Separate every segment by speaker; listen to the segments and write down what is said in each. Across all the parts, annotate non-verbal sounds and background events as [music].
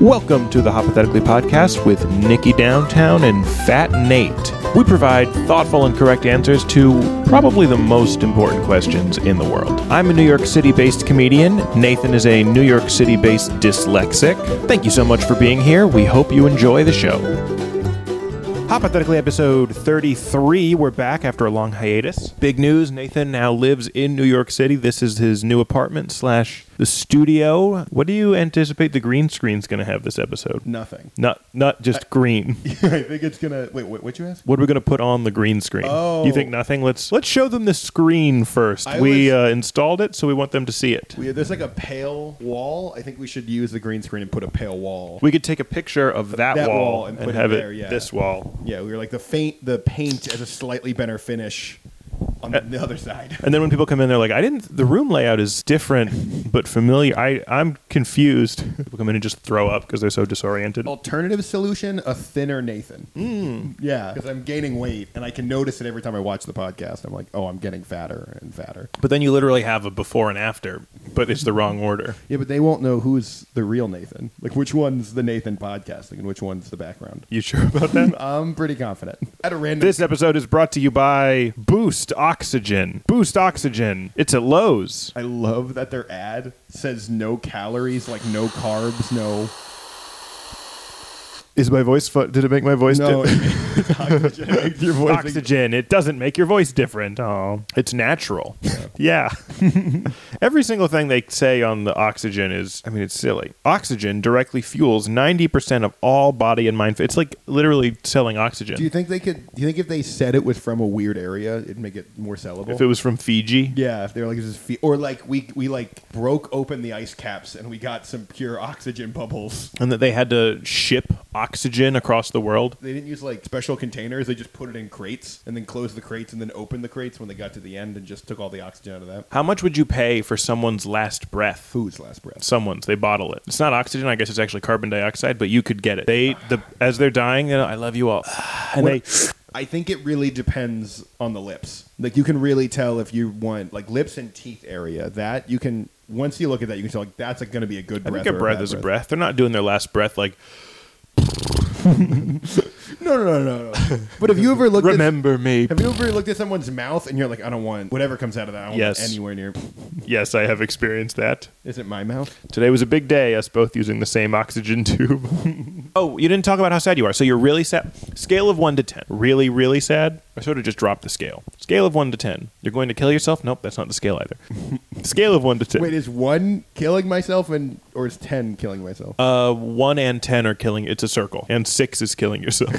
Speaker 1: Welcome to the Hypothetically Podcast with Nikki Downtown and Fat Nate. We provide thoughtful and correct answers to probably the most important questions in the world. I'm a New York City based comedian. Nathan is a New York City based dyslexic. Thank you so much for being here. We hope you enjoy the show. Hypothetically, episode 33. We're back after a long hiatus. Big news Nathan now lives in New York City. This is his new apartment slash the studio. What do you anticipate the green screen's going to have this episode?
Speaker 2: Nothing. [laughs]
Speaker 1: Not, not just [laughs] green.
Speaker 2: I think it's gonna. Wait, wait what you ask?
Speaker 1: What are we going to put on the green screen?
Speaker 2: Oh.
Speaker 1: You think nothing? Let's let's show them the screen first.
Speaker 2: I
Speaker 1: we
Speaker 2: was-
Speaker 1: uh, installed it, so we want them to see it.
Speaker 2: We, there's like a pale wall. I think we should use the green screen and put a pale wall.
Speaker 1: We could take a picture of that,
Speaker 2: That
Speaker 1: wall,
Speaker 2: wall
Speaker 1: and,
Speaker 2: and put it
Speaker 1: have
Speaker 2: there, yeah.
Speaker 1: this wall,
Speaker 2: yeah, we were like the faint, the paint as a slightly better finish on the other side. [laughs]
Speaker 1: and then when people come in, they're like, "I didn't." The room layout is different but familiar. I I'm confused. People come in and just throw up because they're so disoriented.
Speaker 2: Alternative solution: a thinner Nathan. Yeah, because I'm gaining weight, and I can notice it every time I watch the podcast. I'm like, oh, I'm getting fatter and fatter.
Speaker 1: But then you literally have a before and after, but it's the wrong order.
Speaker 2: Yeah, but they won't know who's the real Nathan. Like, which one's the Nathan podcasting and which one's the background.
Speaker 1: You sure about that?
Speaker 2: [laughs] I'm pretty confident. At a random
Speaker 1: This episode is brought to you by Boost Oxygen. Boost Oxygen. It's at Lowe's.
Speaker 2: I love that their ad says no calories, like no carbs, no
Speaker 1: Is my voice? Fu- did it make my voice?
Speaker 2: no
Speaker 1: di-
Speaker 2: oxygen.
Speaker 1: [laughs]
Speaker 2: It makes your voice-
Speaker 1: oxygen. It doesn't make your voice different. Oh, it's natural. Yeah. [laughs] Every single thing they say on the oxygen is. I mean, it's silly. Oxygen directly fuels ninety percent of all body and mind. It's like literally selling oxygen.
Speaker 2: [laughs] Do you think they could? Do you think if they said it was from a weird area, it'd make it more sellable?
Speaker 1: if it was from Fiji,
Speaker 2: yeah, if they were like, this is fe- or like we we like broke open the ice caps and we got some pure oxygen bubbles.
Speaker 1: and that they had to ship oxygen across the world.
Speaker 2: They didn't use like special containers; they just put it in crates and then closed the crates and then opened the crates when they got to the end and just took all the oxygen out of that.
Speaker 1: How much would you pay for someone's last breath?
Speaker 2: Food's last breath.
Speaker 1: someone's they bottle it it's not oxygen i guess it's actually carbon dioxide but you could get it they the as they're dying you know, i love
Speaker 2: [sighs]
Speaker 1: you all and they
Speaker 2: I think it really depends on the lips. Like you can really tell if you want like lips and teeth area. That you can once you look at that, you can tell like that's like, going to be a good
Speaker 1: i
Speaker 2: breath.
Speaker 1: think a
Speaker 2: or
Speaker 1: breath
Speaker 2: bad
Speaker 1: is a breath they're not doing their last breath like
Speaker 2: No, no, no, no, no. [laughs] but have you ever looked?
Speaker 1: remember me
Speaker 2: At, have you ever looked at someone's mouth and you're like, I don't want whatever comes out of that. I don't
Speaker 1: Yes.
Speaker 2: want anywhere near.
Speaker 1: yes i have experienced that
Speaker 2: Is it my mouth?
Speaker 1: today was a big day us both using the same oxygen [laughs] tube oh you didn't talk about how sad you are so you're really sad scale of 1 to 10 really really sad i sort of just dropped the scale scale of 1 to 10 you're going to kill yourself nope that's not the scale
Speaker 2: [laughs]
Speaker 1: either scale of 1 to 10
Speaker 2: Wait, is one killing myself and or is ten killing myself?
Speaker 1: uh, one and ten are killing. It's a circle, and six is killing yourself.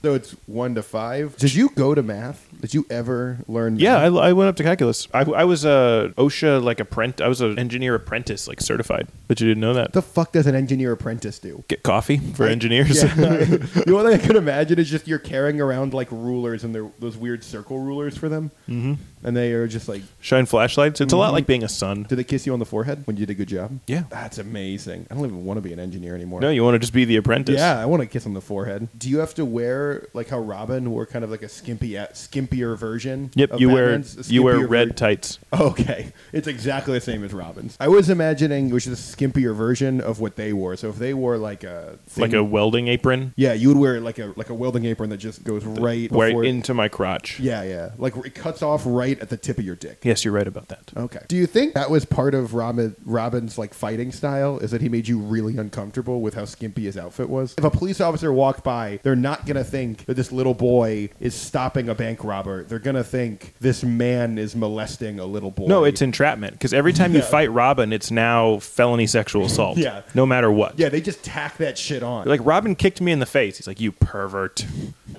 Speaker 2: so it's one to five. Did you go to math? Did you ever learn?
Speaker 1: Yeah,
Speaker 2: math?
Speaker 1: I, I went up to calculus. I, I was a OSHA like apprentice. I was an engineer apprentice, like certified. But you didn't know that.
Speaker 2: the fuck does an engineer apprentice do?
Speaker 1: Get coffee for engineers.
Speaker 2: Yeah. [laughs] the only thing I could imagine is just you're carrying around like rulers and they're those weird circle rulers for them, mm-hmm. and they are just like,
Speaker 1: [laughs] Shine flashlights. It's a
Speaker 2: Mm-hmm.
Speaker 1: lot like being a son.
Speaker 2: do they kiss you on the forehead when you did a good job?
Speaker 1: Yeah.
Speaker 2: that's amazing. I don't even want to be an engineer anymore.
Speaker 1: No, you want to just be the apprentice.
Speaker 2: yeah, I want to kiss on the forehead. Do you have to wear like how Robin wore kind of like a skimpy, skimpier version?
Speaker 1: Yep.
Speaker 2: of
Speaker 1: You
Speaker 2: Batman's?
Speaker 1: wear
Speaker 2: A
Speaker 1: you wear
Speaker 2: skimpier
Speaker 1: red
Speaker 2: ver- [laughs]
Speaker 1: tights.
Speaker 2: Okay, it's exactly the same as Robin's. I was imagining it was just a skimpier version of what they wore. So if they wore like a thin-
Speaker 1: Like a welding apron.
Speaker 2: Yeah, you would wear like a like a welding apron that just goes right
Speaker 1: Right
Speaker 2: before.
Speaker 1: into my crotch.
Speaker 2: yeah, yeah, like it cuts off right at the tip of your dick.
Speaker 1: Yes, you're right about that.
Speaker 2: Okay. Do you think that was part of Robin Robin's like fighting style? Is that he made you really uncomfortable with how skimpy his outfit was? If a police officer walked by, they're not gonna think that this little boy is stopping a bank robber. They're gonna think this man is molesting a little boy.
Speaker 1: No, it's entrapment because every time you
Speaker 2: [laughs] Yeah.
Speaker 1: fight Robin, it's now felony sexual assault.
Speaker 2: [laughs] Yeah.
Speaker 1: No matter what.
Speaker 2: yeah. They just tack that shit on.
Speaker 1: You're like, Robin kicked me in the face. He's like, you pervert. [laughs]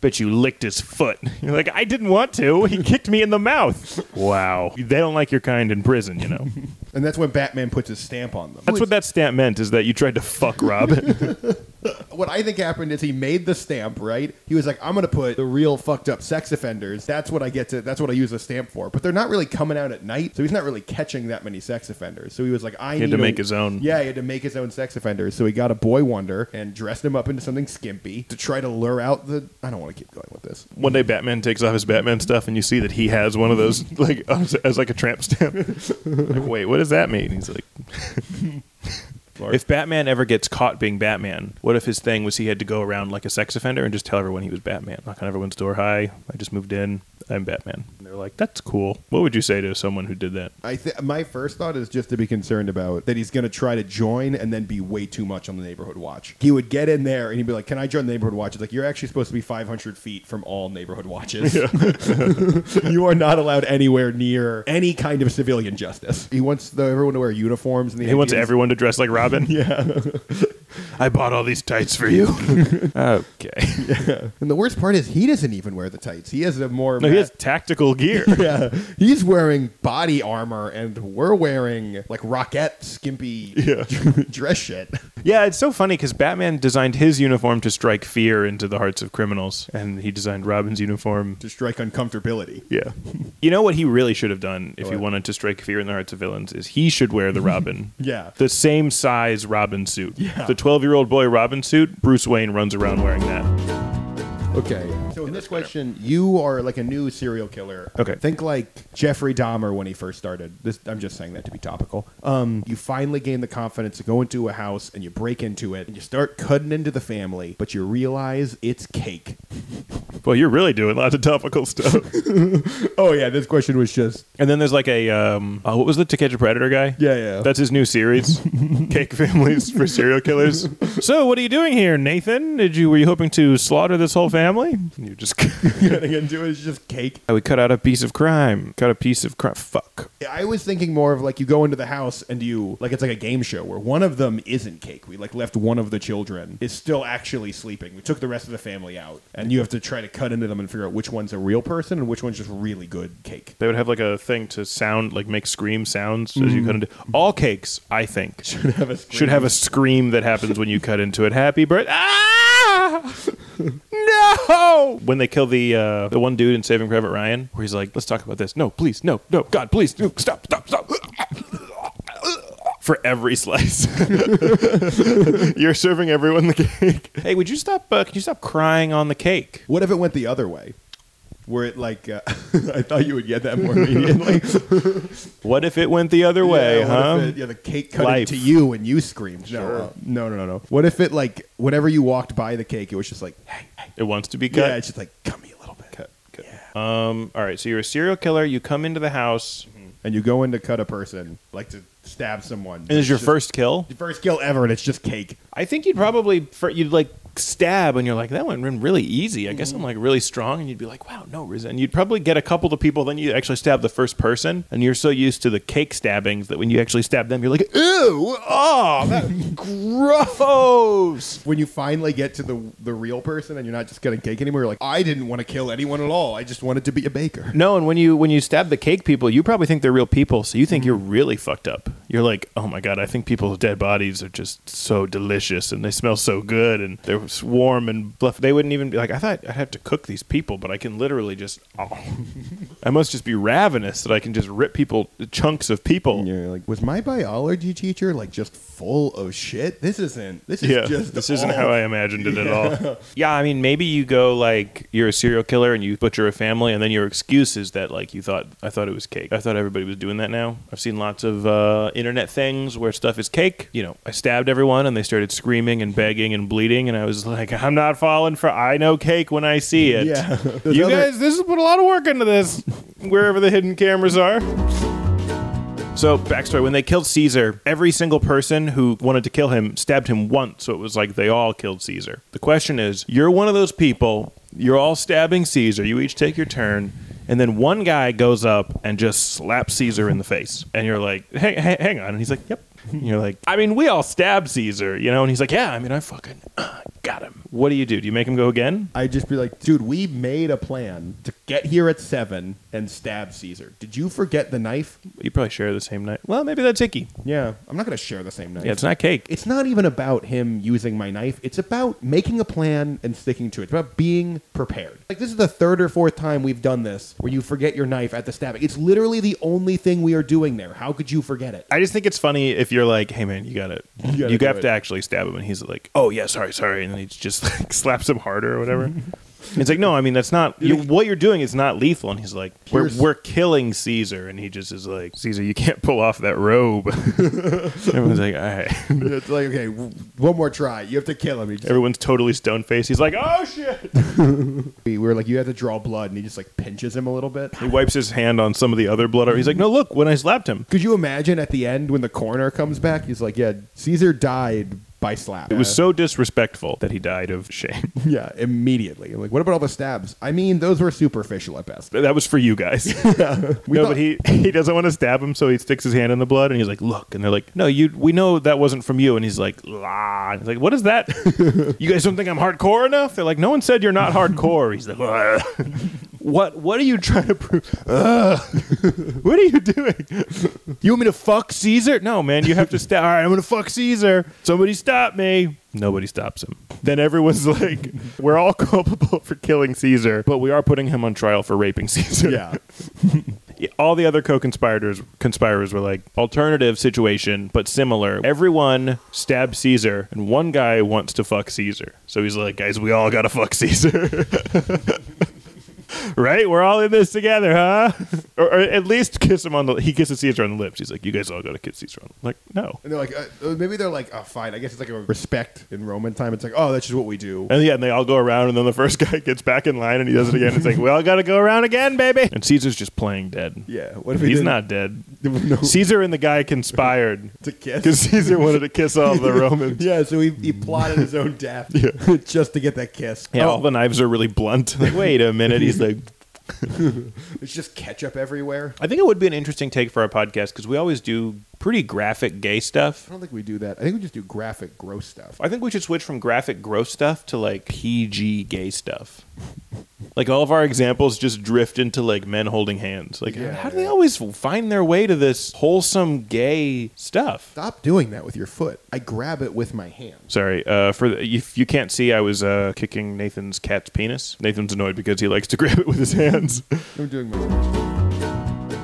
Speaker 1: Bet you licked his foot. [laughs] You're like, I didn't want to. [laughs] He kicked me in the mouth. Wow. They don't like your kind in prison, you know?
Speaker 2: and that's when Batman puts his stamp on them.
Speaker 1: That's what that stamp meant, is that you tried to fuck Robin.
Speaker 2: what I think happened is he made the stamp, right? He was like, I'm gonna put the real fucked up sex offenders. That's what I get to that's what I use the stamp for. But they're not really coming out at night, so he's not really catching that many sex offenders. So he was like, I
Speaker 1: had
Speaker 2: need
Speaker 1: to
Speaker 2: a-
Speaker 1: make his own.
Speaker 2: Yeah, he had to make his own sex offenders. So he got a boy wonder and dressed him up into something skimpy to try to lure out the I don't wanna keep going with this.
Speaker 1: one day, Batman takes off his Batman stuff, and you see that he has one of those, [laughs] like, [laughs] as, as like a tramp stamp. like, wait, what does that mean? He's like, [laughs]
Speaker 2: Lord.
Speaker 1: If Batman ever gets caught being Batman, what if his thing was he had to go around like a sex offender and just tell everyone he was Batman? Knock on everyone's door, hi, I just moved in, I'm Batman. And they're like, that's cool. What would you say to someone who did that?
Speaker 2: I th- my first thought is just to be concerned about that he's going to try to join and then be way too much on the neighborhood watch. He would get in there and he'd be like, "Can I join the neighborhood watch?" It's like you're actually supposed to be 500 feet from all neighborhood watches. [laughs] you are not allowed anywhere near any kind of civilian justice. He wants the, everyone to wear uniforms. And the
Speaker 1: He wants
Speaker 2: Indians-
Speaker 1: everyone to dress like Robin. yeah. [laughs] I bought all these tights for you. okay.
Speaker 2: And the worst part is he doesn't even wear the tights. He has a more
Speaker 1: No, he has tactical gear.
Speaker 2: [laughs] yeah, he's wearing body armor, and we're wearing like rocket skimpy dress shit.
Speaker 1: Yeah, it's so funny because Batman designed his uniform to strike fear into the hearts of criminals, and he designed Robin's uniform.
Speaker 2: to strike uncomfortability.
Speaker 1: Yeah. [laughs] you know what he really should have done if he
Speaker 2: What?
Speaker 1: wanted to strike fear in the hearts of villains is he should wear
Speaker 2: [laughs]
Speaker 1: the Robin.
Speaker 2: Yeah.
Speaker 1: The same size Robin suit.
Speaker 2: Yeah.
Speaker 1: The 12 year old boy Robin suit, Bruce Wayne runs around wearing that.
Speaker 2: Okay. So in this question, you are like a new serial killer.
Speaker 1: Okay.
Speaker 2: Think like Jeffrey Dahmer when he first started. This I'm just saying that to be topical. Um, you finally gain the confidence to go into a house and you break into it and you start cutting into the family, but you realize it's cake. [laughs]
Speaker 1: Well, you're really doing lots of topical stuff.
Speaker 2: Oh yeah, this question was just [laughs]
Speaker 1: and then there's like a, um, oh, what was the To Catch a Predator guy?
Speaker 2: yeah yeah.
Speaker 1: That's his new
Speaker 2: [laughs]
Speaker 1: series, Cake Families for Serial Killers. So, what are you doing here, Nathan? Did you were you hoping to slaughter this whole family? You just [laughs]
Speaker 2: getting into it is just cake.
Speaker 1: I would cut out a piece of crime. Cut a piece of crime. Fuck.
Speaker 2: I was thinking more of like you go into the house and you like it's like a game show where one of them isn't cake. We like left one of the children is still actually sleeping. We took the rest of the family out, and you have to try to cut into them and figure out which one's a real person and which one's just really good cake.
Speaker 1: They would have like a thing to sound like make scream sounds as you cut into all cakes. I
Speaker 2: [laughs]
Speaker 1: think should
Speaker 2: Mm. Have a scream.
Speaker 1: should have a scream that happens when you cut into it. Happy
Speaker 2: [laughs]
Speaker 1: birthday! Ah! No! When they kill the uh, the one dude in Saving Private Ryan, where he's like, "Let's talk about this." No, please, no, no, God, please, no, stop, stop, stop. For every slice, [laughs] you're serving everyone the cake. Hey, would you stop? Uh, can you stop crying on the cake?
Speaker 2: What if it went the other way? Where it like uh, [laughs] I thought you would get that more immediately.
Speaker 1: What if it went the other [laughs] way,
Speaker 2: yeah, what
Speaker 1: huh?
Speaker 2: if it- yeah, the cake cut
Speaker 1: Life.
Speaker 2: into you and you screamed. No,
Speaker 1: Sure.
Speaker 2: uh, no, no, no, no. What if it like whenever you walked by the cake, it was just like, hey, hey.
Speaker 1: It wants to be cut.
Speaker 2: yeah, it's just like cut me a little bit. Cut, cut. Yeah.
Speaker 1: Um, all right, so you're a serial killer. You come into the house,
Speaker 2: and you go in to cut a person, like to stab someone.
Speaker 1: and it's your
Speaker 2: just
Speaker 1: first kill.
Speaker 2: your first kill ever, and it's just cake.
Speaker 1: I think you'd probably fir- you'd like stab, and you're like, that went in really easy. I guess I'm like really strong, and you'd be like, wow, no reason. And you'd probably get a couple of people, then you actually stab the first person, and you're so used to the cake stabbings that when you actually stab them, you're like, ew, oh, [laughs] that gross.
Speaker 2: When you finally get to the the real person, and you're not just cutting cake anymore, you're like, I didn't want to kill anyone at all. I just wanted to be a baker.
Speaker 1: [laughs] No, and when you when you stab the cake people, you probably think they're real people, so you think you're really fucked up. You're like, oh my god, I think people's dead bodies are just so delicious and they smell so good and they're s- warm and fluffy. They wouldn't even be like, I thought I'd have to cook these people, but I can literally just, oh, [laughs] I must just be ravenous that I can just rip people chunks of people.
Speaker 2: And you're like, was my biology teacher like just full of shit? This isn't. This is
Speaker 1: yeah,
Speaker 2: just.
Speaker 1: this isn't
Speaker 2: all-
Speaker 1: how I imagined it at all. [laughs] Yeah, I mean, maybe you go like you're a serial killer and you butcher a family, and then your excuse is that like you thought I thought it was cake. I thought everybody was doing that now. I've seen lots of uh, internet things where stuff is cake. You know, I stabbed everyone and they started screaming and begging and bleeding, and I was like, I'm not falling for. I know cake when I see it.
Speaker 2: Yeah. Those
Speaker 1: you
Speaker 2: other-
Speaker 1: guys, this is put a lot of work into this. Wherever the hidden cameras are. So, backstory when they killed Caesar, every single person who wanted to kill him stabbed him once. So it was like they all killed Caesar. The question is you're one of those people, you're all stabbing Caesar, you each take your turn. And then one guy goes up and just slaps Caesar in the face. And you're like, hey, hey, hang on. And he's like, yep. And you're like, I mean, we all stabbed Caesar, you know? And he's like, yeah, I mean, I fucking [clears throat] uh, got him. What do you do? Do you make him go again?
Speaker 2: I'd just be like, dude, we made a plan to get here at seven and stab Caesar. Did you forget the knife?
Speaker 1: You probably share the same night. Well, maybe that's icky.
Speaker 2: Yeah, I'm not gonna share the same knife.
Speaker 1: Yeah, it's not cake.
Speaker 2: it's not even about him using my knife. It's about making a plan and sticking to it. It's about being prepared. Like this is the third or fourth time we've done this where you forget your knife at the stabbing. It's literally the only thing we are doing there. How could you forget it?
Speaker 1: I just think it's funny if you're like, "Hey man, you got to
Speaker 2: You
Speaker 1: You,
Speaker 2: gotta do
Speaker 1: have
Speaker 2: it.
Speaker 1: [laughs]
Speaker 2: [laughs]
Speaker 1: to actually stab him," and he's like, "Oh yeah, sorry, sorry," and then he just like slaps him harder or whatever. It's like, no, I mean that's not you, what you're doing is not lethal. And he's like, we're,
Speaker 2: Here's-
Speaker 1: we're killing Caesar, and he just is like, Caesar, you can't pull off that robe. [laughs] Everyone's like, all right.
Speaker 2: [laughs]
Speaker 1: [laughs]
Speaker 2: it's like, okay, w- one more try. You have to kill him. He just-
Speaker 1: Everyone's totally stone faced. He's like, oh shit.
Speaker 2: we were like, you have to draw blood, and he just like pinches him a little bit.
Speaker 1: He wipes his hand on some of the other blood. He's like, no, look, when I slapped him,
Speaker 2: Could you imagine at the end when the coroner comes back? He's like, yeah, Caesar died by slap.
Speaker 1: it was so disrespectful that he died of shame. [laughs]
Speaker 2: Yeah, immediately. Like, what about all the stabs? I mean, those were superficial at [laughs] best.
Speaker 1: That was for you guys.
Speaker 2: We
Speaker 1: no,
Speaker 2: thought-
Speaker 1: but he [laughs] he doesn't want to stab him, so he sticks his hand in the blood, and he's like, "Look," and they're like, "No, you. We know that wasn't from you." And he's like, "La." He's like, "What is [laughs] that? you guys don't think I'm hardcore enough?" They're like, "No one said you're not hardcore." He's like, "Ugh." [laughs] "What? What are you trying to prove? [laughs] Ugh. what are you doing? You want me to fuck Caesar? No, man. You have to stop. All right, I'm gonna fuck Caesar. Somebody stop me." Nobody stops him. Then everyone's [laughs] like, "We're all culpable for killing Caesar, but we are putting him on trial for raping Caesar."
Speaker 2: [laughs] Yeah.
Speaker 1: Yeah, all the other co-conspirators conspirators were like alternative situation but similar everyone stabbed caesar and one guy wants to fuck caesar so he's like guys we all gotta fuck [laughs] caesar right we're all in this together huh [laughs] or, or at least kiss him on the he kisses caesar on the lips he's like you guys all gotta kiss caesar on the like no
Speaker 2: And they're like, uh, uh, maybe they're like, oh, fine. I guess it's like a respect in Roman time. It's like, oh, that's just what we do.
Speaker 1: and yeah, and they all go around, and then the first [laughs] guy gets back in line, and he does it again. It's like, we all got to go around again, baby. And Caesar's just playing dead.
Speaker 2: Yeah. What if we
Speaker 1: He's
Speaker 2: did- [laughs]
Speaker 1: not dead.
Speaker 2: No.
Speaker 1: Caesar and the guy conspired
Speaker 2: [laughs]
Speaker 1: [laughs]
Speaker 2: To kiss?
Speaker 1: because Caesar wanted to kiss all [laughs] the Romans.
Speaker 2: Yeah, so he, he plotted his
Speaker 1: [laughs]
Speaker 2: own death [laughs] just to get that kiss.
Speaker 1: Yeah, all
Speaker 2: oh,
Speaker 1: the knives are really blunt. [laughs] Like, wait a minute. He's like,
Speaker 2: it's just ketchup everywhere.
Speaker 1: I think it would be an interesting take for our podcast because we always do pretty graphic gay
Speaker 2: I
Speaker 1: stuff.
Speaker 2: don't think we do that. I think we just do graphic, gross stuff.
Speaker 1: I think we should switch from graphic gross stuff to like PG gay stuff. Like all of our examples just drift into like men holding hands. Like,
Speaker 2: Yeah,
Speaker 1: how do they
Speaker 2: yeah.
Speaker 1: always find their way to this wholesome gay stuff?
Speaker 2: Stop doing that with your foot. I grab it with my hand.
Speaker 1: Sorry, uh, for the, if you can't see, I was uh, kicking Nathan's cat's penis. Nathan's annoyed because he likes to [laughs] grab it with his hands.
Speaker 2: I'm doing my.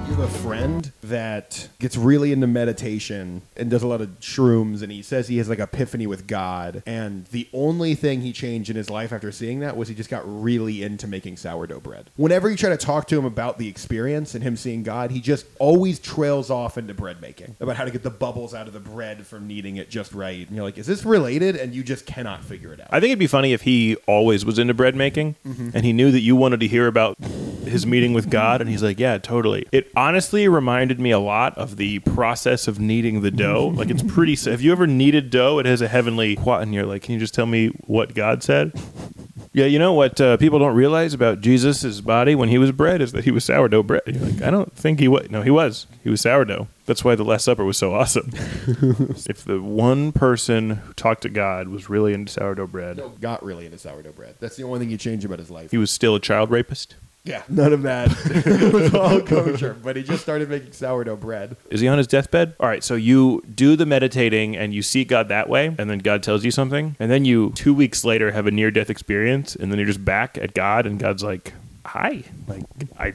Speaker 2: You have a friend that gets really into meditation and does a lot of shrooms, and he says he has like epiphany with God. And the only thing he changed in his life after seeing that was he just got really into making sourdough bread. Whenever you try to talk to him about the experience and him seeing God, he just always trails off into bread making about how to get the bubbles out of the bread from kneading it just right. And you're like, is this related? And you just cannot figure it out.
Speaker 1: I think it'd be funny if he always was into bread making and he knew that you wanted to hear about his meeting with God and he's like, yeah, totally. It honestly reminded me a lot of the process of kneading the dough. like it's pretty s- Have you ever kneaded dough? It has a heavenly qua and you're like, can you just tell me what God said? Yeah, you know what uh, people don't realize about Jesus' body when he was bread is that he was sourdough bread. And You're like, I don't think he was. No, he was. He was sourdough. That's why the Last Supper was so awesome. if the one person who talked to God was really into sourdough bread,
Speaker 2: Still got really into sourdough bread. That's the only thing he changed about his life.
Speaker 1: he was still a child rapist.
Speaker 2: Yeah, none of that. it was all kosher, but he just started making sourdough bread.
Speaker 1: Is he on his deathbed? All right, so you do the meditating and you seek God that way, and then God tells you something, and then you two weeks later have a near death experience, and then you're just back at God, and God's like, "Hi," like I,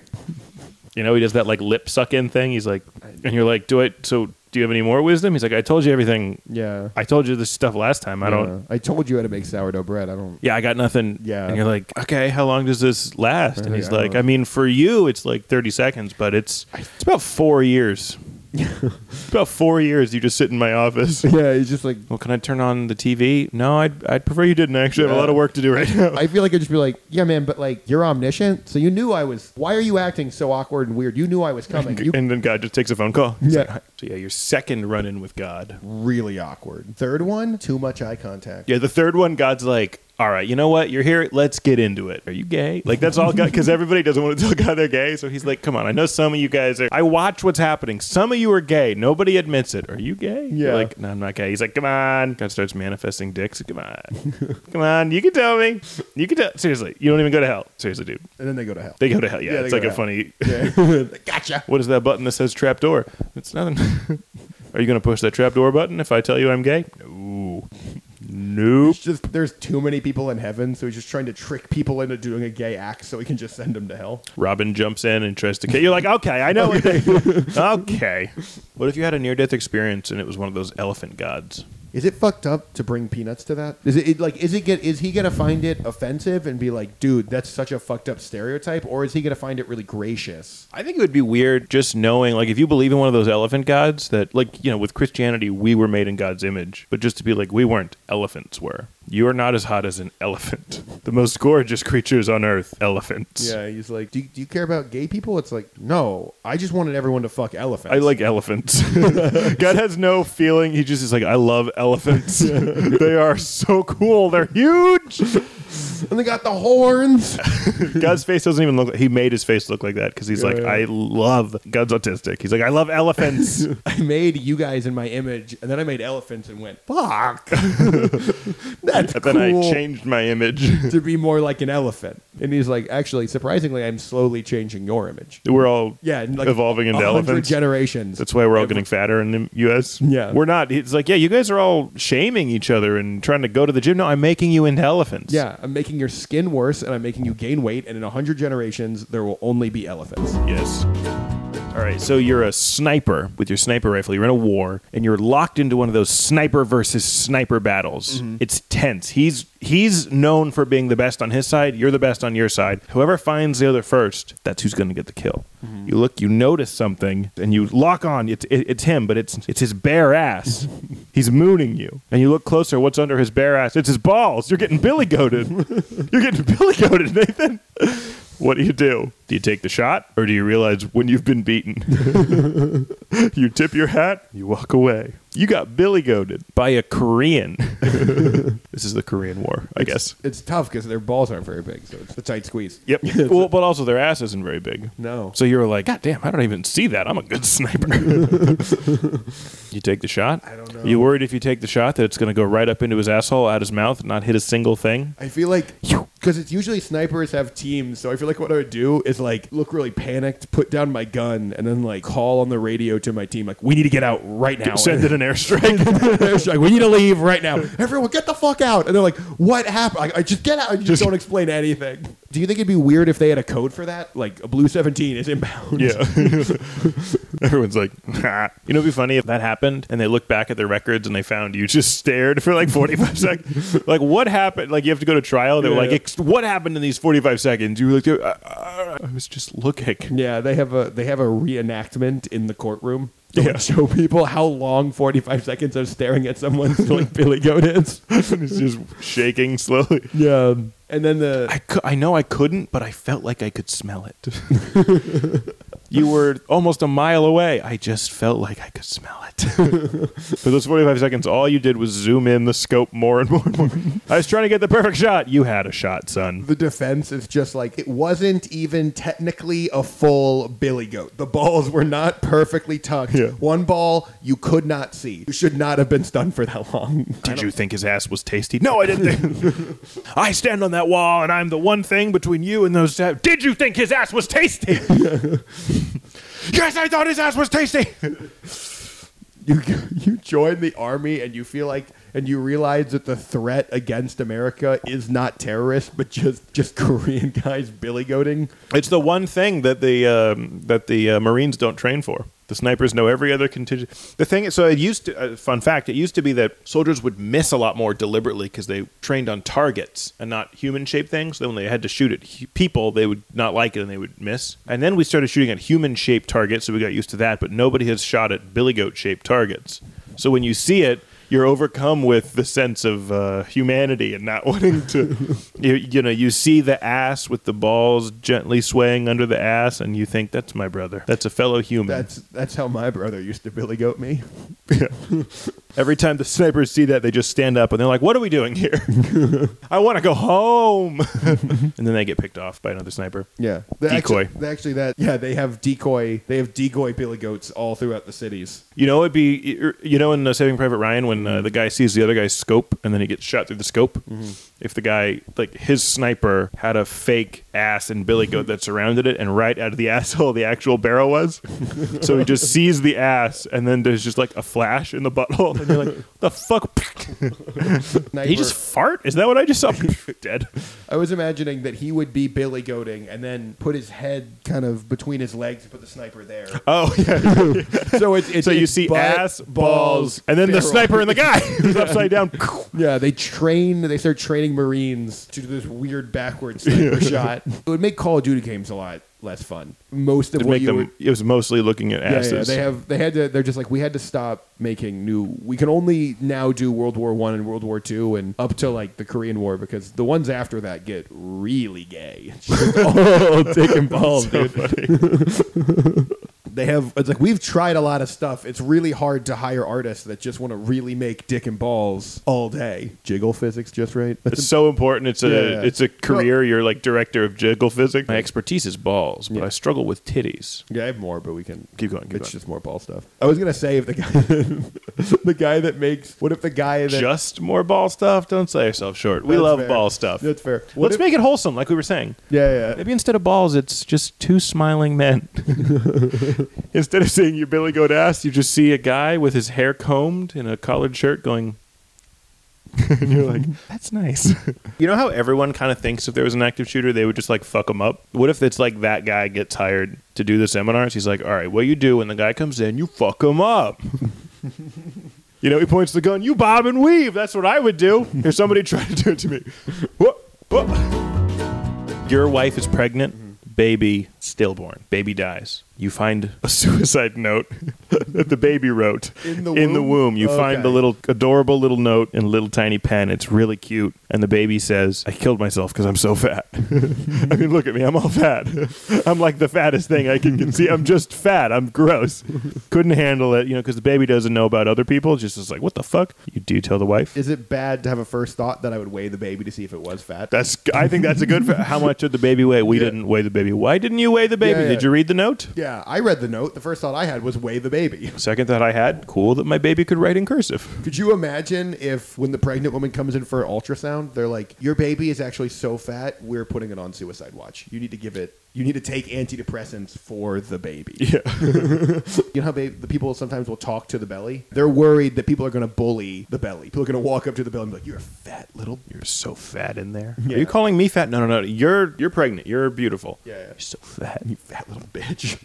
Speaker 1: you know, he does that like lip suck in thing. He's like, and you're like, "Do I?" So, do you have any more wisdom? He's like, "I told you everything.
Speaker 2: Yeah,
Speaker 1: I told you this stuff last time. I don't."
Speaker 2: Yeah. I told you how to make sourdough bread. I don't.
Speaker 1: Yeah, I got nothing.
Speaker 2: Yeah.
Speaker 1: And you're like, okay, how long does this last? And
Speaker 2: Yeah,
Speaker 1: he's
Speaker 2: I
Speaker 1: like,
Speaker 2: don't-
Speaker 1: I mean, for you, it's like 30 seconds, but it's it's about four
Speaker 2: [laughs]
Speaker 1: years. it's about four years you just sit in my office.
Speaker 2: Yeah, he's just like.
Speaker 1: Well, can I turn on the TV? No, I'd, I'd prefer you didn't. I actually have a
Speaker 2: Yeah.
Speaker 1: lot of work to do
Speaker 2: [laughs]
Speaker 1: right now.
Speaker 2: I feel like I'd just be like, yeah, man, but like you're omniscient, so you knew I was. Why are you acting so awkward and weird? You knew I was coming.
Speaker 1: [laughs]
Speaker 2: You
Speaker 1: and then God just takes a phone call. He's
Speaker 2: Yeah.
Speaker 1: like, "Hi." so, yeah, your second run in with God.
Speaker 2: really awkward. Third one, too much eye contact.
Speaker 1: Yeah, the third one, God's like, all right, you know what? You're here. Let's get into it. Are you gay? Like, that's all God, because everybody doesn't want to [laughs] tell God they're gay. So he's like, come on, I know some of you guys are. I watch what's happening. Some of you are gay. Nobody admits it. Are you gay? You're
Speaker 2: Yeah.
Speaker 1: like, no, I'm not gay. He's like, come on. God starts manifesting dicks. Come on. [laughs] come on. You can tell me. You can tell. Seriously, you don't even go to hell. Seriously, dude.
Speaker 2: And then they go to hell.
Speaker 1: They go to hell. Yeah,
Speaker 2: Yeah, they
Speaker 1: it's
Speaker 2: go
Speaker 1: like a
Speaker 2: to hell.
Speaker 1: funny. [laughs]
Speaker 2: [laughs] Yeah. gotcha.
Speaker 1: What is that button that says trap door? It's nothing. [laughs] are you going to push that trap door button if I tell you I'm gay? No. Nope.
Speaker 2: It's just there's too many people in heaven, so he's just trying to trick people into doing a gay act so he can just send them to hell.
Speaker 1: Robin jumps in and tries to kill. You're like, okay, I know. [laughs] What they- okay. What if you had a near death experience and it was one of those elephant gods?
Speaker 2: Is it fucked up to bring peanuts to that? Is it, it like is it get is he gonna find it offensive and be like, dude, that's such a fucked up stereotype, or is he gonna find it really gracious?
Speaker 1: I think it would be weird just knowing, like, if you believe in one of those elephant gods, that, like, you know, with Christianity, we were made in God's image, but just to be like, we weren't, elephants were. You are not as hot as an elephant. [laughs] The most gorgeous creatures on earth, elephants.
Speaker 2: Yeah, he's like, do you, do you care about gay people? It's like, no, I just wanted everyone to fuck elephants.
Speaker 1: I like [laughs] elephants. God has no feeling. He just is like, I love [laughs] elephants. they are so cool. They're huge.
Speaker 2: and they got the horns. [laughs]
Speaker 1: God's face doesn't even look. He made his face look like that because he's
Speaker 2: Yeah,
Speaker 1: like,
Speaker 2: yeah.
Speaker 1: I love. God's autistic. He's like, I love
Speaker 2: [laughs]
Speaker 1: elephants.
Speaker 2: I made you guys in my image, and then I made elephants and went, fuck. [laughs] That's
Speaker 1: and
Speaker 2: cool.
Speaker 1: then I changed my image.
Speaker 2: to be more like an elephant. And he's like, actually, surprisingly, I'm slowly changing your image.
Speaker 1: We're all
Speaker 2: Yeah, and like
Speaker 1: evolving into
Speaker 2: 100
Speaker 1: elephants.
Speaker 2: generations.
Speaker 1: That's why we're all
Speaker 2: Every-
Speaker 1: getting fatter in the U.S.
Speaker 2: Yeah.
Speaker 1: we're not. It's like, yeah, you guys are all shaming each other and trying to go to the gym. No, I'm making you into elephants.
Speaker 2: yeah, I'm making your skin worse, and I'm making you gain weight. And in hundred generations, there will only be elephants.
Speaker 1: Yes. All right, so you're a sniper with your sniper rifle. You're in a war, and you're locked into one of those sniper versus sniper battles. It's tense. He's he's known for being the best on his side. You're the best on your side. Whoever finds the other first, that's who's going to get the kill. You look, you notice something, and you lock on. It's it, it's him, but it's it's his bare ass. he's mooning you, and you look closer. What's under his bare ass? It's his balls. You're getting billy goated. you're getting billy goated, Nathan. What do you do? Do you take the shot or do you realize when you've been beaten? [laughs] you tip your hat, you walk away. You got billy goaded by a Korean. this is the Korean War, I guess.
Speaker 2: It's tough because their balls aren't very big, so it's a tight squeeze.
Speaker 1: [laughs] Yep. well, but also their ass isn't very big.
Speaker 2: No.
Speaker 1: So you're like, God damn, I don't even see that. I'm a good [laughs] sniper. you take the shot? I
Speaker 2: don't know.
Speaker 1: You worried if you take the shot that it's going to go right up into his asshole, out his mouth, not hit a single thing?
Speaker 2: I feel like because it's usually snipers have teams, so I feel like what I would do is like look really panicked, put down my gun, and then like call on the radio to my team, like we need to get out right now.
Speaker 1: Send
Speaker 2: [laughs]
Speaker 1: it an [laughs] airstrike.
Speaker 2: Like, we need to leave right now. Everyone, get the fuck out! And they're like, "What happened?" I, I just get out. and You just don't explain anything. Do you think it'd be weird if they had a code for that? Like a blue seventeen is inbound.
Speaker 1: Yeah. [laughs] Everyone's like, "Ha." you know, it'd be funny if that happened and they look back at their records and they found you just stared for like [laughs] 45 seconds. Like, what happened? Like, you have to go to trial. They're
Speaker 2: Yeah.
Speaker 1: like, Ex- what happened in these 45 seconds? You were like, "Uh, uh, I was just looking. [laughs]
Speaker 2: Yeah, they have a they have a reenactment in the courtroom to
Speaker 1: Yeah.
Speaker 2: like, show people how long forty five seconds of staring at someone's [laughs] like Billy Goat is.
Speaker 1: And it's just shaking slowly.
Speaker 2: Yeah, and then the
Speaker 1: I, cou- I know I couldn't, but I felt like I could smell it. [laughs] you were almost a mile away. I just felt like I could smell it. [laughs] For those 45 seconds, all you did was zoom in the scope more and more and [laughs] more. I was trying to get the perfect shot. You had a shot, son.
Speaker 2: the defense is just like it wasn't even technically a full billy goat. The balls were not perfectly tucked.
Speaker 1: Yeah.
Speaker 2: One ball you could not see. You should not have been stunned for that long. [laughs]
Speaker 1: Did you think his ass was tasty? No, I didn't. [laughs] think- I stand on that wall and I'm the one thing between you and those. Did you think his ass was [laughs] tasty? yes, I thought his ass was tasty.
Speaker 2: you you join the army and you feel like and you realize that the threat against America is not terrorist, but just just [laughs] Korean guys billy goating.
Speaker 1: It's the one thing that the um, that the uh, Marines don't train for. The snipers know every other contingent. The thing, is- so it used to. Uh, fun fact: it used to be that soldiers would miss a lot more deliberately because they trained on targets and not human-shaped things. Then when they had to shoot at hu- people, they would not like it and they would miss. And then we started shooting at human-shaped targets, so we got used to that. But nobody has shot at billy goat-shaped targets. So when you see it, you're overcome with the sense of uh, humanity and not [laughs] wanting to you, you know you see the ass with the balls gently swaying under the ass and you think that's my brother that's a fellow human
Speaker 2: That's that's how my brother used to billy goat me.
Speaker 1: every time the snipers see that they just stand up and they're like what are we doing here i want to go home [laughs] and then they get picked off by another sniper
Speaker 2: Yeah, They
Speaker 1: Decoy.
Speaker 2: Actually, they actually, that yeah, they have decoy. They have decoy billy goats all throughout the cities.
Speaker 1: You know, it'd be you know in uh, Saving Private Ryan when
Speaker 2: Mm-hmm.
Speaker 1: uh, the guy sees the other guy's scope and then he gets shot through the scope. If the guy like his sniper had a fake ass and billy
Speaker 2: Mm-hmm.
Speaker 1: goat that surrounded it, and right out of the [laughs] asshole the actual barrel was, so he just sees the ass and then there's just like a flash in the butthole, and you're like, [laughs] the fuck?
Speaker 2: [laughs] Night
Speaker 1: Did he
Speaker 2: where-
Speaker 1: just fart? Is that what I just
Speaker 2: [laughs]
Speaker 1: saw? Dead.
Speaker 2: I was imagining that he would be billy goating and then put his head kind of between his legs and put the sniper there.
Speaker 1: [laughs] Oh, yeah.
Speaker 2: [laughs] so it's, it's
Speaker 1: So you
Speaker 2: it's
Speaker 1: see
Speaker 2: butt,
Speaker 1: ass, balls, and then the
Speaker 2: barrel.
Speaker 1: sniper and the
Speaker 2: [laughs]
Speaker 1: guy who's upside down.
Speaker 2: Yeah, they train. They start training Marines to do this weird
Speaker 1: [laughs]
Speaker 2: backwards sniper shot. It would make Call of Duty games a lot less fun. Most of
Speaker 1: It'd
Speaker 2: what
Speaker 1: make
Speaker 2: you
Speaker 1: them,
Speaker 2: would,
Speaker 1: it was mostly looking at
Speaker 2: yeah, yeah,
Speaker 1: asses.
Speaker 2: they
Speaker 1: [laughs]
Speaker 2: have they had to. They're just like we had to stop making new. We can only now do World War One and World War Two and up to like the Korean War because the ones after that get really gay. [laughs]
Speaker 1: oh, dick and balls, dude.
Speaker 2: they have it's like we've tried a lot of stuff. It's really hard to hire artists that just want to really make dick and balls all day. Jiggle physics just right.
Speaker 1: It's so important. It's a
Speaker 2: Yeah.
Speaker 1: it's a career. You're like director of jiggle physics. My expertise is balls, but
Speaker 2: Yeah.
Speaker 1: I struggle with titties.
Speaker 2: Yeah, I have more, but we can
Speaker 1: Keep going, keep
Speaker 2: it's
Speaker 1: going.
Speaker 2: just more ball stuff. I was gonna say if the guy, [laughs] the guy that makes, what if the guy that
Speaker 1: Just more ball stuff. Don't sell yourself short. We
Speaker 2: That's
Speaker 1: love
Speaker 2: fair.
Speaker 1: ball stuff.
Speaker 2: That's fair. What
Speaker 1: Let's
Speaker 2: if-
Speaker 1: make it wholesome, like we were saying.
Speaker 2: yeah, yeah,
Speaker 1: Maybe instead of balls, it's just two smiling men. [laughs] instead of seeing your Billy Goat ass, you just see a guy with his hair combed in a collared shirt going. [laughs] and you're like, [laughs] that's nice. you know how everyone kind of thinks if there was an active shooter, they would just like fuck him up? What if it's like that guy gets hired to do the seminars? He's like, all right, what you do when the guy comes in, you fuck him up. You know, he points the gun, you bob and weave. That's what I would do if somebody [laughs] tried to do it to me. Whoa, whoa. Mm-hmm. Your wife is pregnant, baby stillborn, baby dies. You find a [laughs] suicide note that the baby wrote
Speaker 2: In the womb?
Speaker 1: womb. You find the
Speaker 2: Okay.
Speaker 1: little adorable little note in a little tiny pen. It's really cute. And the baby says, I killed myself because I'm so fat. [laughs] I mean, look at me. I'm all fat. [laughs] I'm like the fattest thing I can can see. I'm just fat. I'm gross. Couldn't handle it, you know, because the baby doesn't know about other people. Just is like, what the fuck? You do tell the wife.
Speaker 2: Is it bad to have a first thought that I would weigh the baby to see if it was fat?
Speaker 1: That's. I think that's a good. fa- [laughs] How much did the baby weigh? We
Speaker 2: Yeah.
Speaker 1: didn't weigh the baby. Why didn't you weigh the baby?
Speaker 2: Yeah, yeah.
Speaker 1: Did you read the note?
Speaker 2: yeah, I read the note. The first thought I had was weigh the baby. [laughs]
Speaker 1: Second thought I had, cool that my baby could write in cursive.
Speaker 2: Could you imagine if when the pregnant woman comes in for an ultrasound, they're like, "Your baby is actually so fat, we're putting it on suicide watch. You need to give it." You need to take antidepressants for the baby.
Speaker 1: Yeah.
Speaker 2: [laughs] You know how they, the people sometimes will talk to the belly? They're worried that people are going to bully the belly. People are going to walk up to the belly and be like, you're a fat little.
Speaker 1: You're so fat in there.
Speaker 2: Yeah.
Speaker 1: Are you calling me fat? No, no, no. You're you're pregnant. You're beautiful.
Speaker 2: Yeah, yeah.
Speaker 1: You're so fat. You fat little bitch.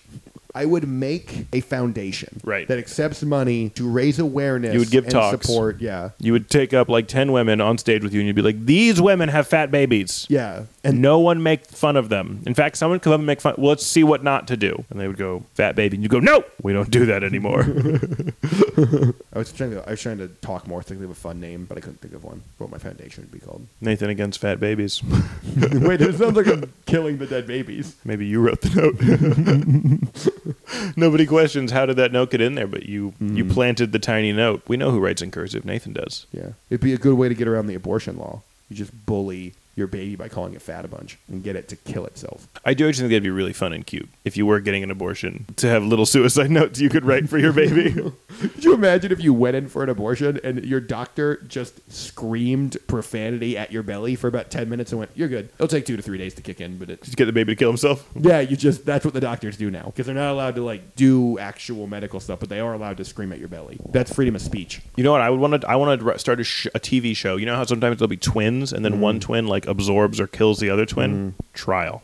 Speaker 2: I would make a foundation
Speaker 1: Right.
Speaker 2: that accepts money to raise awareness
Speaker 1: You would give
Speaker 2: and
Speaker 1: talks.
Speaker 2: support. Yeah.
Speaker 1: You would take up like ten women on stage with you, and you'd be like, "These women have fat babies."
Speaker 2: Yeah.
Speaker 1: And
Speaker 2: And
Speaker 1: no one make fun of them. In fact, someone come up and make fun. Well, let's see what not to do. And they would go, "Fat baby," and you go, "No, we don't do that
Speaker 2: [laughs]
Speaker 1: anymore."
Speaker 2: I was trying to, I was trying to talk more, think of a fun name, but I couldn't think of one. What my foundation would be called.
Speaker 1: Nathan against fat babies.
Speaker 2: [laughs] Wait, it sounds like I'm killing the dead babies.
Speaker 1: Maybe you wrote the note. [laughs] Nobody questions how did that note get in there, but you you planted the tiny note. We know who writes in cursive. Nathan does.
Speaker 2: Mm-hmm. Yeah. It'd be a good way to get around the abortion law. You just bully your baby by calling it fat a bunch and get it to kill itself.
Speaker 1: I do actually think that'd be really fun and cute if you were getting an abortion to have little suicide [laughs] notes you could write for your
Speaker 2: [laughs]
Speaker 1: baby.
Speaker 2: Could [laughs] you imagine if you went in for an abortion and your doctor just screamed profanity at your belly for about 10 minutes and went, You're good. It'll take two to three days to kick in, but it.
Speaker 1: Just get the baby to kill himself.
Speaker 2: Yeah, you just, that's what the doctors do now. Because they're not allowed to, like, do actual medical stuff, but they are allowed to scream at your belly. That's freedom of speech.
Speaker 1: You know what? I would want to. I want to start a, sh- a TV show. You know how sometimes there'll be twins, and then one twin like absorbs or kills the other twin. Trial.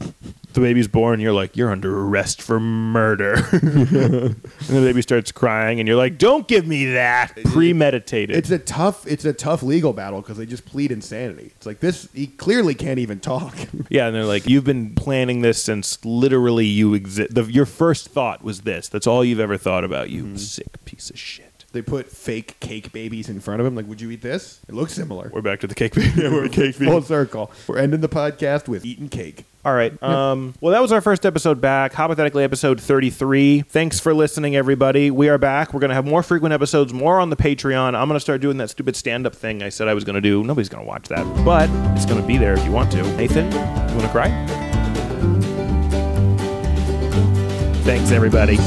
Speaker 1: The baby's born. You're like, you're under arrest for murder. [laughs] and the baby starts crying, and you're like, don't give me that. Premeditated.
Speaker 2: It's a tough, it's a tough legal battle because they just plead insanity. It's like this, he clearly can't even talk. [laughs]
Speaker 1: yeah, and they're like, you've been planning this since literally you exist. Your first thought was this. That's all you've ever thought about. You sick piece of shit.
Speaker 2: They put fake cake babies in front of him. Like, would you eat this? It looks similar.
Speaker 1: We're back to the cake [laughs] baby. We're cake baby.
Speaker 2: Full circle. We're ending the podcast with eating cake.
Speaker 1: All right. Um, well, that was our first episode back. Hypothetically, episode 33. Thanks for listening, everybody. We are back. We're going to have more frequent episodes, more on the Patreon. I'm going to start doing that stupid stand up thing I said I was going to do. Nobody's going to watch that, but it's going to be there if you want to. Nathan, you want to cry? Thanks, everybody.